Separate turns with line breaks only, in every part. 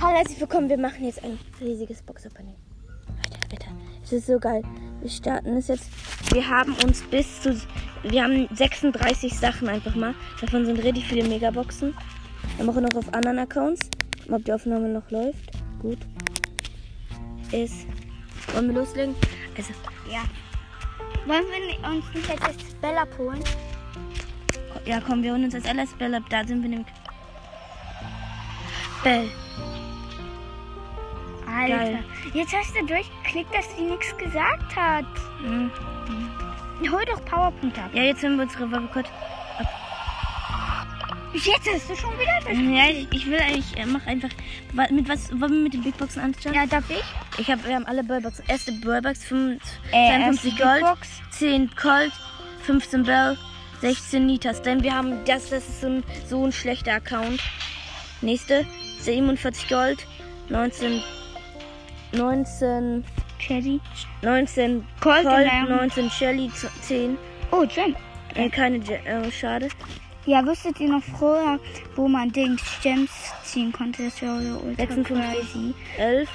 Hallo, herzlich willkommen. Wir machen jetzt ein riesiges Boxopening. Leute, bitte. Es ist so geil. Wir starten es jetzt. Wir haben uns bis zu. Wir haben 36 Sachen einfach mal. Davon sind richtig viele Megaboxen. Wir machen noch auf anderen Accounts. Ob die Aufnahme noch läuft. Gut. Ist. Wollen wir loslegen? Also,
Ja. Wollen wir uns nicht jetzt das Bella holen?
ja, komm, wir holen uns als alles Bell ab. Da sind wir nämlich. Bell.
Alter.
Geil.
Jetzt hast du durchgeklickt, dass sie nichts gesagt hat.
Mhm.
Hol doch Powerpunkt ab.
Ja, jetzt hören wir uns Revolver kurz.
Jetzt hast du schon wieder durch.
Ja, ich, ich will eigentlich, äh, mach einfach. wa- Mit was wollen wir mit den Big Boxen anstellen?
Ja, darf ich?
Ich hab, wir haben alle Ballboxen. Erste Ballbox,
Äh,
52
52
Gold,
Box.
10 Gold, 15 Bell, 16 Nitas. Denn wir haben das, das ist so ein, so ein schlechter Account. Nächste, 47 Gold, 19, 19,
Cherry.
19
Gold
Gold,
in deinem-
19 Shelly, 10.
Oh, Gem.
Äh, keine, Je- äh, schade.
Ja, wusstet ihr noch früher, wo man Dings Gems ziehen konnte? Das wäre so ultra
56.
crazy.
11,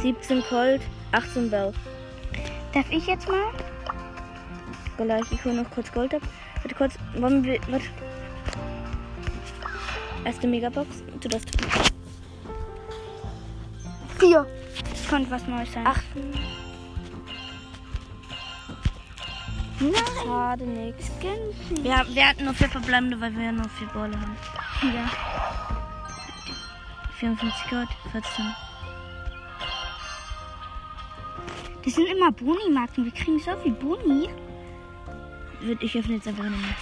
17 Gold, 18 Bell.
Darf ich jetzt mal?
Gleich, ich hole noch kurz Gold ab. Warte kurz, wollen wir. Warte. Erste Megabox. Du das.
Vier. Das konnte was Neues sein.
Ach,
nein.
schade nix.
Skin.
Ja, wir hatten nur vier verbleibende, weil wir ja nur vier Bälle haben.
Ja.
54 Gold, 14.
Das sind immer Boni-Marken. Wir kriegen so viel Boni.
Wird ich öffne jetzt einfach eine Münze.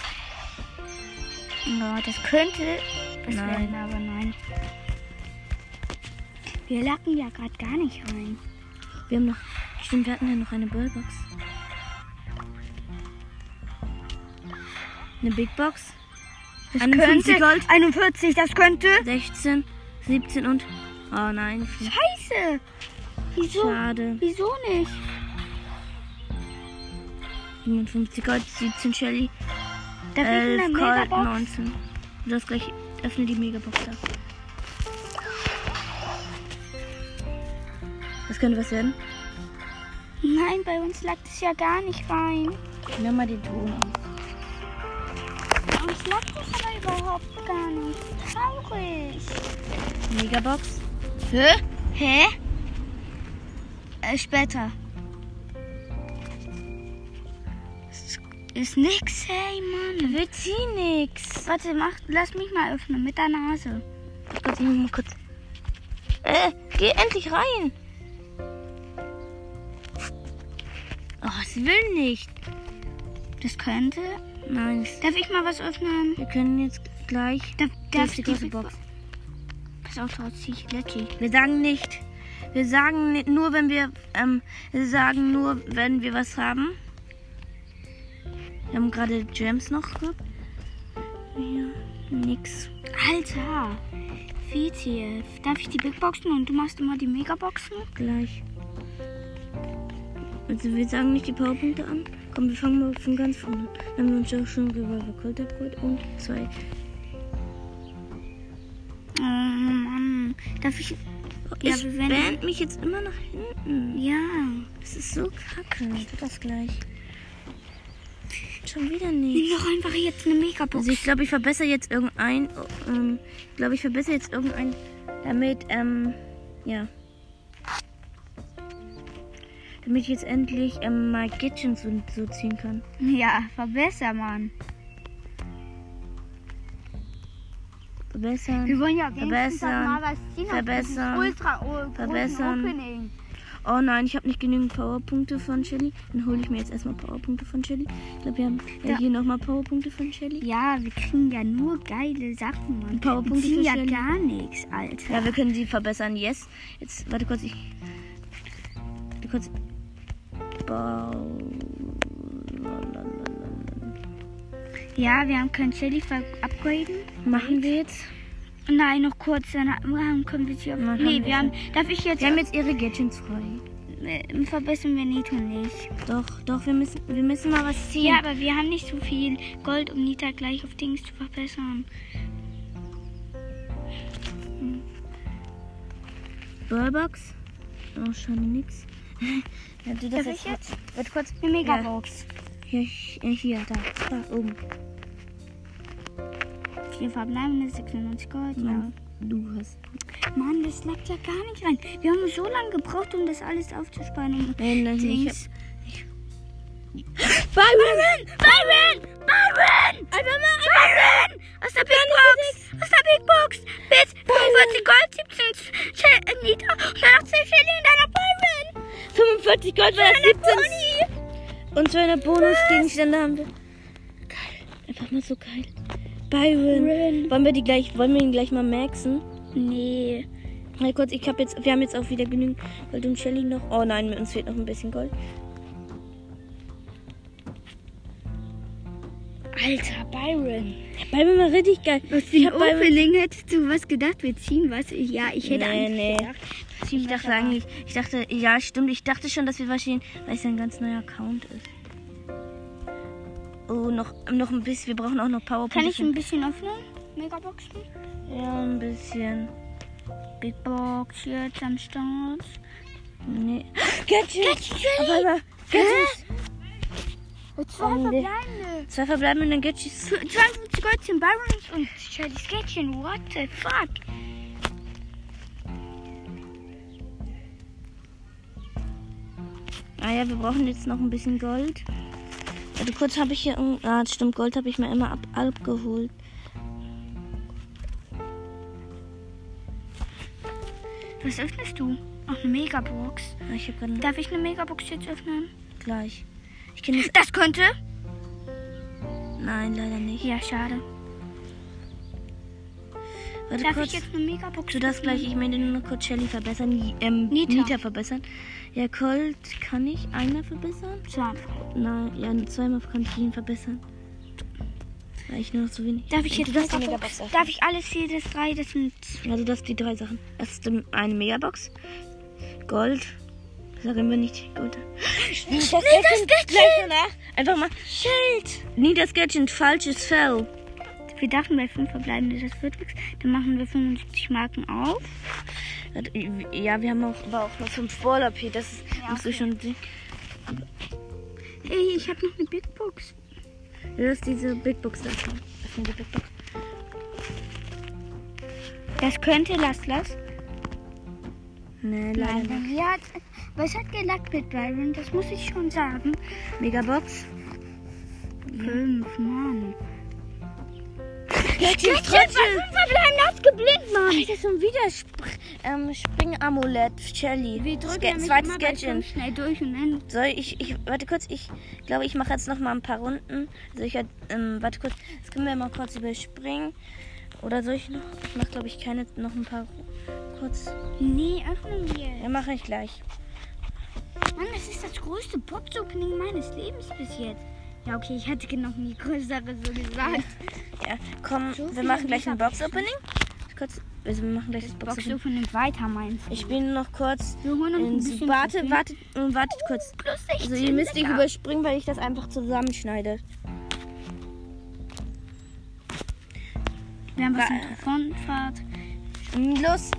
Ja, das könnte was
Nein.
werden, aber nein. Wir lacken ja gerade gar nicht rein.
Wir haben noch. Stimmt, wir hatten ja noch eine Ballbox. Eine Big Box.
Das
51
könnte
Gold.
41, das könnte.
16, 17 und. Oh nein, vier.
Scheiße. Wieso?
schade.
Wieso nicht?
57 Gold, 17 Shelly,
Da kriegen
11
wir
Gold,
Megabox.
19. Du darfst gleich öffne die Megabox da. Das könnte was werden.
Nein, bei uns lackt es ja gar nicht rein.
Nimm mal den Ton auf.
Bei uns lackt es aber überhaupt gar nicht. Traurig.
Megabox.
Hä? Hä? Äh, später. Es Ist nix, hey Mann.
Wir ziehen nix.
Warte, mach, lass mich mal öffnen mit der Nase.
Kurz, ich muss mal kurz. Äh, geh endlich rein. Oh, es will nicht.
Das könnte.
Nein,
Darf ich mal was öffnen?
wir können jetzt gleich.
Darf,
Das
darf
ist die große Box.
Pass auf, sonst zieh ich Lecky.
Wir sagen nicht. Wir sagen ni- nur, wenn wir ähm, wir sagen nur, wenn wir was haben. Wir haben gerade Gems noch gehabt. Ja, nix.
Alter. WTF. Darf ich die Big Boxen und du machst immer die Megaboxen?
Gleich. Also wir sagen nicht die Powerpunkte an. Komm, wir fangen mal von ganz vorne. an. Dann haben wir uns ja auch schon Revolver Gold abgeholt und zwei.
Oh Mann. Darf ich. Ja,
Ich
wir werden-
band mich jetzt immer nach hinten.
Ja.
Das ist so kacke. Ich tu das gleich. Schon wieder
Nimm
nicht.
doch einfach jetzt eine Megabox.
Also ich glaube, ich verbessere jetzt irgendein. oh, Ähm, ich glaube, ich verbessere jetzt irgendein, damit ähm, ja, damit ich jetzt endlich ähm, mal Gitchen so, so ziehen kann.
Ja, verbesser, Mann. Wir
Verbessern.
wollen ja wenigstens
Verbessern.
mal was ziehen.
Verbessern.
Das ist ultra oh,
Verbessern.
verbessern. Opening.
Oh nein, ich habe nicht genügend Powerpunkte von Shelly. Dann hole ich mir jetzt erstmal Powerpunkte von Shelly. Ich glaube, wir haben ja.
Ja.
hier nochmal Powerpunkte von Shelly.
Ja, wir kriegen ja nur geile Sachen, Mann.
Ein paar
wir
Punkte
ziehen
für
ja
Shelly.
gar nichts, Alter.
Ja, wir können sie verbessern. Yes. Jetzt, warte kurz, ich. Warte kurz. Bau.
Ja, wir haben kein Shelly ver- upgraden.
Machen wir jetzt?
Nein, noch kurz, dann haben, können wir sie auf...
Nein,
nee,
haben wir
wir haben... Darf ich jetzt...
Wir haben jetzt ihre Gadgets frei.
äh, verbessern wir Nito nicht.
Doch, doch, wir müssen, wir müssen mal was ziehen.
Ja, aber wir haben nicht so viel Gold, um Nita gleich auf Dings zu verbessern.
Burbox. Oh, schon nix. Wenn du das
Darf
jetzt,
ich jetzt?
Wird kurz.
Eine Megabox.
Hier, äh, hier, da. Da oben.
Vier verbleibende 96 Gold. Ja.
Mann, Du hast.
Mann, das lag ja gar nicht rein. Wir haben so lange gebraucht, um das alles aufzusparen. Um
Nein, nein,
Dings.
Byron!
Byron! Byron!
Einfach mal
Byron! Aus der Big Box! Aus der Big Box! Bis 45 Gold, 17 Sch äh, Nita und dann noch 10 Shelly und dann noch Byron!
45 Gold, weil das 17 Und so eine Bonusgegenstände haben wir. Geil. Einfach mal so geil. Byron. Wollen wir die gleich, wollen wir ihn gleich mal maxen?
Nee.
Mal kurz, ich habe jetzt, wir haben jetzt auch wieder genügend Gold und Shelly noch. Oh nein, mit uns fehlt noch ein bisschen Gold.
Alter, Byron.
Byron war richtig geil.
Wie
hab Byron-
Opening hättest du was gedacht? Wir ziehen was? Ja, ich hätte
Nee,
eigentlich
nee.
gedacht. wir ziehen
Ich
was,
dachte
aber-
eigentlich, ich dachte, ja stimmt, ich dachte schon, dass wir wahrscheinlich, weil es ja ein ganz neuer Account ist. Oh, noch, noch ein bisschen, wir brauchen auch noch Powerpoint.
Kann ich ein bisschen öffnen? Megaboxen?
Ja, ein bisschen.
Big Box jetzt am Start.
Nee. Gadget! Auf einmal. Gadget!
Zwei
Oh, nee.
verbleibende.
Zwei verbleibende Gadgets.
52 Gold, 10 Byrons und Shelly's Kätzchen. What the fuck?
Ah ja, wir brauchen jetzt noch ein bisschen Gold. Warte, kurz habe ich hier. irgend- Ah, stimmt, Gold habe ich mir immer ab, abgeholt.
Was öffnest du? Ach, eine Megabox.
Ah, Ich habe gerade
Darf ich eine Megabox jetzt öffnen?
gleich. Ich kenne das.
Das könnte.
Nein, leider nicht.
Ja, schade.
Warte
Darf ich
Also kurz.
jetzt eine Megabox
Du darfst gleich, ich meine nur noch kurz Shelly verbessern. die- Ähm,
Nita.
Nita. verbessern. Ja, Gold kann ich einer verbessern.
Zwei.
Nein, ja, zweimal kann ich ihn verbessern. Weil ich nur noch so wenig.
Darf ich jetzt
du darfst die
Megabox?
Megabox öffnen.
Darf ich alles hier, das drei, das sind zwei.
Ja, du darfst die drei Sachen. Erst ähm, eine Megabox. Gold. Sagen wir nicht Gold. Nee, das
Gadget.
Gleich danach. Einfach mal. Schild. Nee, das Gadget. Falsches Fell.
Wir dachten bei fünf verbleibende, das wird nichts. Dann machen wir 75 Marken auf.
Ja, wir haben auch, aber auch nur fünf Ball AP. Das ist,
Ja,
musst du
okay.
schon sehen.
Ey, ich habe noch eine Big Box.
Du darfst diese Big Box öffnen. Öffne die Big Box.
Das könnte, lass, lass.
Nee, leider
Nein,
nicht.
weil ja, was hat gelackt mit Byron? Das muss ich schon sagen.
Megabox.
Fünf, Mann.
Gadget. Gadget.
verbleiben, das geblinkt, Mann.
Alter, schon wieder Spr ähm, Springamulett. Shelly.
Wir drücken
Ske-
nämlich
zweites
immer bei
Gadget.
fünf schnell durch und dann
Soll ich, ich, warte kurz, ich glaube, ich mache jetzt noch mal ein paar Runden. Also ich, ähm, warte kurz, das können wir mal kurz überspringen. Oder soll ich noch, ich mache glaube ich keine, noch ein paar Ru- kurz.
Nee, öffnen wir.
Ja, mache ich gleich.
Mann, das ist das größte Box-Opening meines Lebens bis jetzt. Ja, okay, ich hätte noch nie größere so gesagt.
Ja, komm,
So
wir
viele
machen gleich ein
Meter-
Box-Opening. Kurz, also wir machen gleich das Box-Opening.
Box-Opening weiter, meinst du?
Ich spiele noch kurz.
Wir holen uns ein
ins-
bisschen
warte,
Trophäen.
wartet, äh, wartet kurz.
Plus
Also ihr müsst nicht überspringen, weil ich das einfach zusammenschneide.
Wir haben was
Wa-
in Telefonfahrt.
Los.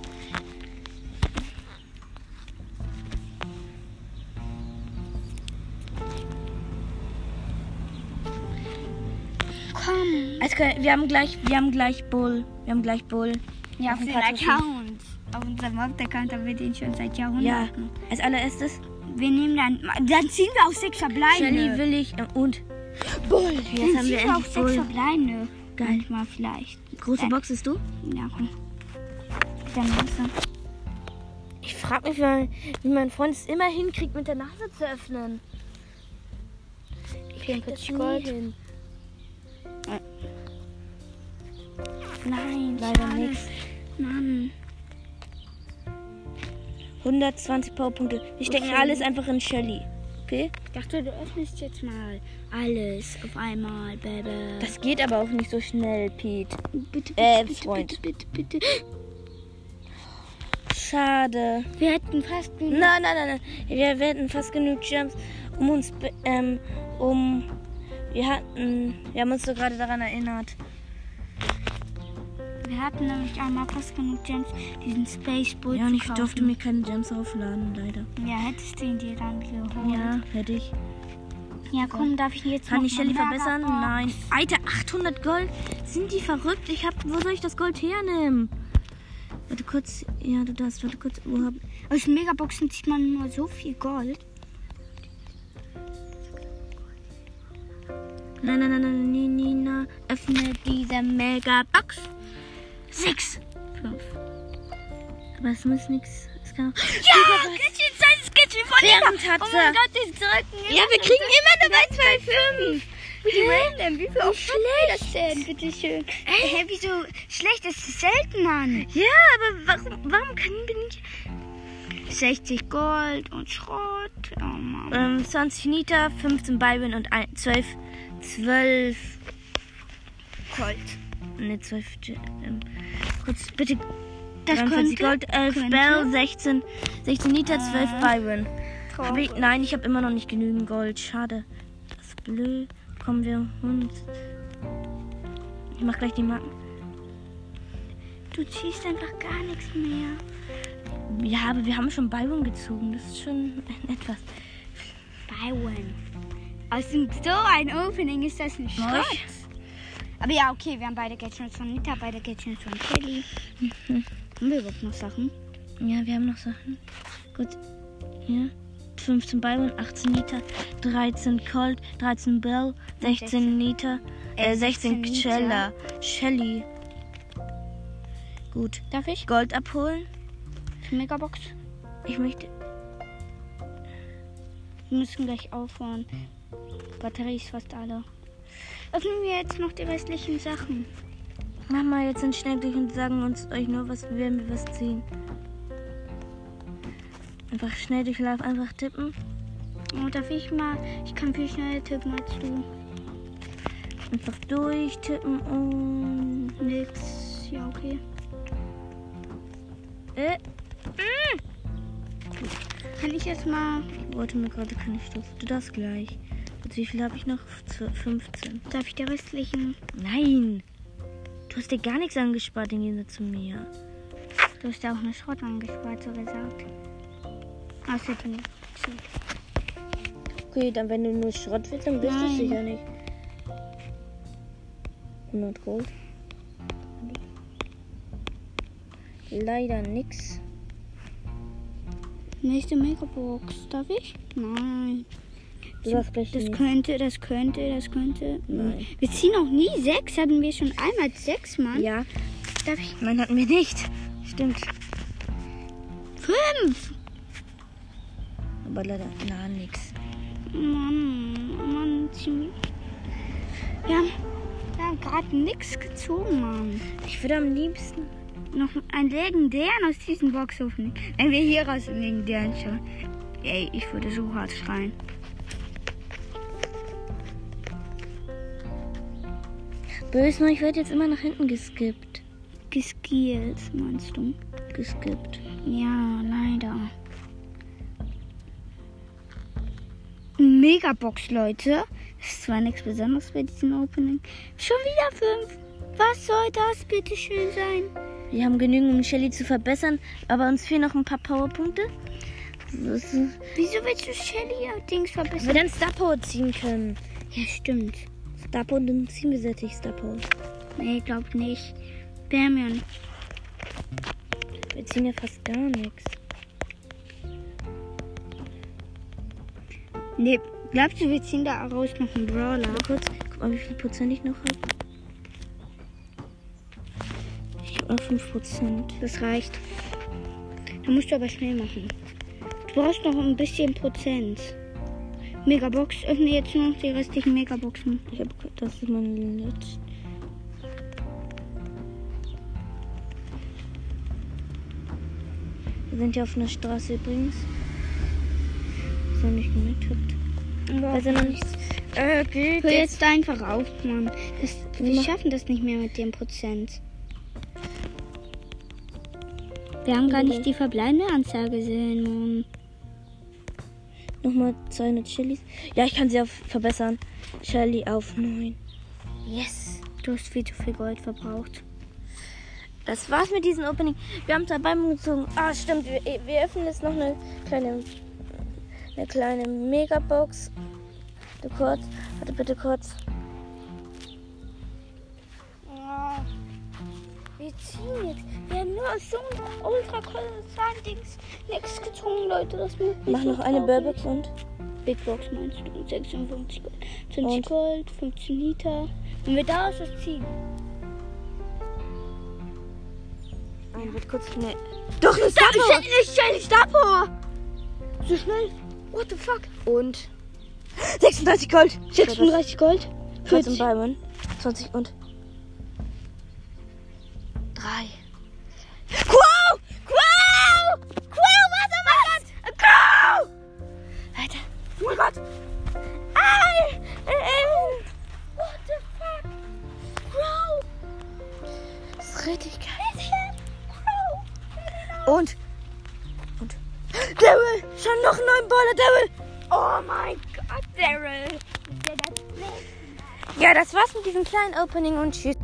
Komm.
Also wir haben gleich, wir haben gleich Bull. Wir haben gleich Bull.
Ja, auf
ein
den
paar Trophäen.
Account. Auf unserem Hauptaccount haben wir den schon seit
Ja,
Jahrhunderten.
als allererstes
Wir nehmen dann, dann ziehen wir auf sechs
Shelly,
Verbleibende.
Willig äh, und Bull. Jetzt haben
Dann ziehen
wir
wir auf
endlich
sechs
Bull.
Verbleibende.
Geil.
Mal vielleicht.
Große Box ist du?
Ja, komm. Dann los.
Ich frage mich, wie mein, wie mein Freund es immer hinkriegt, mit der Nase zu öffnen. Ich krieg das
44
nie
Gold.
hin.
Nein,
Leider
schade.
nichts.
Mann.
120 Powerpunkte. Wir stecken
Okay.
alles einfach in Shelly. Okay?
Ich dachte, du öffnest jetzt mal alles auf einmal, Baby.
Das geht aber auch nicht so schnell, Pete.
bitte, bitte,
äh,
bitte,
Freund.
bitte, bitte, bitte.
Schade.
Wir hätten fast einen
Nein, nein, nein, nein. Wir, wir hätten fast genug Gems, um uns, be- ähm, um, wir hatten, wir haben uns so gerade daran erinnert.
Wir wir hatten nämlich einmal fast genug Gems, diesen Space Bull
Ja,
zu
und ich
kaufen.
durfte mir keine Gems aufladen, leider.
Ja, hättest du ihn dir dann geholt.
Ja, hätte ich.
Ja, komm, darf ich ihn jetzt
Kann
noch
ich Shelly
mal
verbessern?
Lagerbox?
Nein. Alter, 800 Gold. Sind die verrückt? Ich hab, wo soll ich das Gold hernehmen? Warte kurz. Ja, du darfst. Warte kurz. Wo hab,
Aus Megaboxen zieht man nur so viel Gold.
nein, nein, nein, nein, nein, nein, nein. Öffne diese Mega-Box. Sechs. Fünf. Aber es muss nichts. Es kann auch...
Ja, Skitchen, sein Skitchen von
Während
Oh
hat
mein
sie-
Gott, die drücken.
Ja, wir kriegen immer nur bei zwei, fünf.
Wie random, wie viel auf das denn, bitteschön. Hä, wieso schlecht ist es selten, Mann?
Ja, aber warum, warum können wir nicht...
60 Gold und Schrott. Oh Mann.
Ähm, 20 Nita, 15 Byron und ein, 12... 12...
Gold.
Ne, 12... Ge- Ähm, kurz, bitte...
Das
43
könnte-
Gold, 11
könnte. Äh.
Bell, 16... 16 Nita, 12 Byron. Hab
Traurig.
ich, nein, ich habe immer noch nicht genügend Gold. Schade. Das ist blöd. Kommen wir... Hund. Ich mach gleich die Marken.
Du ziehst einfach gar nichts mehr.
Ja, aber wir haben schon Byron gezogen. Das ist schon etwas.
Byron. Aus dem, Also, so ein Opening ist das ein Schrott. Aber ja, okay, wir haben beide Gadgets von Nita, beide Gadgets von Kelly. Haben wir überhaupt noch Sachen?
Ja, wir haben noch Sachen. Gut. Ja. 15 Byron, 18 Nita, 13 Colt, 13 Bell, 16,
16
Nita, äh,
Äh,
16
16 Nita.
Cella, Shelly. Gut.
Darf ich?
Gold abholen.
Megabox.
Ich möchte.
Wir müssen gleich aufhören. Batterie ist fast alle. Öffnen wir jetzt noch die restlichen Sachen.
Mama, jetzt sind schnell durch und sagen uns euch nur, was wenn wir was ziehen. Einfach schnell durchlauf, einfach tippen.
Oh, darf ich mal? Ich kann viel schneller tippen als du.
Einfach durchtippen und.
Nix. Ja, okay.
Äh,
Kann ich jetzt mal?
Ich wollte mir gerade keine Stufe. Du das gleich. Und wie viel habe ich noch? Zw- 15.
Darf ich die restlichen?
Nein! Du hast dir gar nichts angespart im Gegensatz zu mir.
Du hast ja auch eine Schrott angespart, so gesagt. Außerdem.
Okay, dann wenn du nur Schrott willst, dann
bist du es sicher
nicht. 100 Gold. Leider nix.
Nächste Megabox. Darf ich? Nein.
Du darfst gleich
Das
die-
könnte, das könnte, das könnte.
Nein.
Wir ziehen noch nie sechs. Hatten wir schon einmal sechs, Mann.
Ja,
Darf ich?
nein, hatten wir nicht. Stimmt.
Fünf!
Aber leider, na, nix.
Mann, Mann, ziemlich. Wir haben, wir haben gerade nichts gezogen, Mann.
Ich würde am liebsten.
Noch ein legendären aus diesem Boxofen. Wenn wir hier raus einen legendären schauen. Ey, ich würde so hart schreien.
Bösmann, ich werde jetzt immer nach hinten geskippt.
Geskillt, meinst du?
Geskippt.
Ja, leider. Megabox, Leute. Das ist zwar nichts Besonderes bei diesem Opening. Schon wieder fünf. Was soll das bitte schön sein?
Wir haben genügend, um Shelly zu verbessern, aber uns fehlen noch ein paar Powerpunkte. Das ist-
Wieso willst du Shelly ihr Dings
Dass wir
verbessern?
dann Star Power ziehen können.
Ja, stimmt.
Star Power, dann ziehen wir sättig Star Power.
Nee, glaub nicht. Bärmion.
Wir ziehen ja fast gar nichts.
Nee, glaubst du, wir ziehen da raus noch einen Brawler?
Mal kurz, guck mal, wie viel Prozent ich noch habe. Ich habe noch 5 Prozent.
Das reicht. Da musst du aber schnell machen. Du brauchst noch ein bisschen Prozent. Megabox, öffne jetzt nur noch die restlichen Megaboxen.
Ich habe gehört, das ist mein letztes. Wir sind ja auf einer Straße übrigens. Was ihr noch nicht gemerkt habt. Also Falls ihr noch nichts. Äh, geht
Hör jetzt einfach auf, Mann. Das, wir
Mach-
schaffen das nicht mehr mit dem Prozent. Wir haben gar nicht die verbleibende Anzahl gesehen, Mann.
Nochmal 200 Chilis. Ja, ich kann sie auf verbessern. Shelly auf 9. Yes.
Du hast viel zu viel Gold verbraucht.
Das war's mit diesem Opening. Wir haben zwei Bäume gezogen. Ah, stimmt. Wir, wir öffnen jetzt noch eine kleine, eine kleine Megabox. Warte kurz. Warte bitte kurz.
Ja. Wir ziehen jetzt. Wir haben nur aus so einem ultra kolossalen Dings nichts gezogen, Leute. Das mögt
Mach noch eine Burbex und.
Big Box meinst du? 56 Gold. 20
Und?
Gold, 15 Liter. Wenn wir daraus was ziehen.
Dann wird kurz schnell. Doch, eine
Da ist
Starbox!
endlich ein Stapo!
So schnell.
What the fuck?
Und 36 Gold.
36 Gold?
14
40.
Bäumen. 20 und. 3.
Quo! Quo! Quo, was am Gott! Quo! Alter. Oh mein Gott! Ay!
Ähm,
What the fuck? Quo!
Das ist richtig geil.
Quo!
Und. Und. Daryl! Schon noch einen neuen Baller, Daryl!
Oh mein Gott, Daryl! Ist der das
Ja, das war's mit diesem kleinen Opening und tschüss.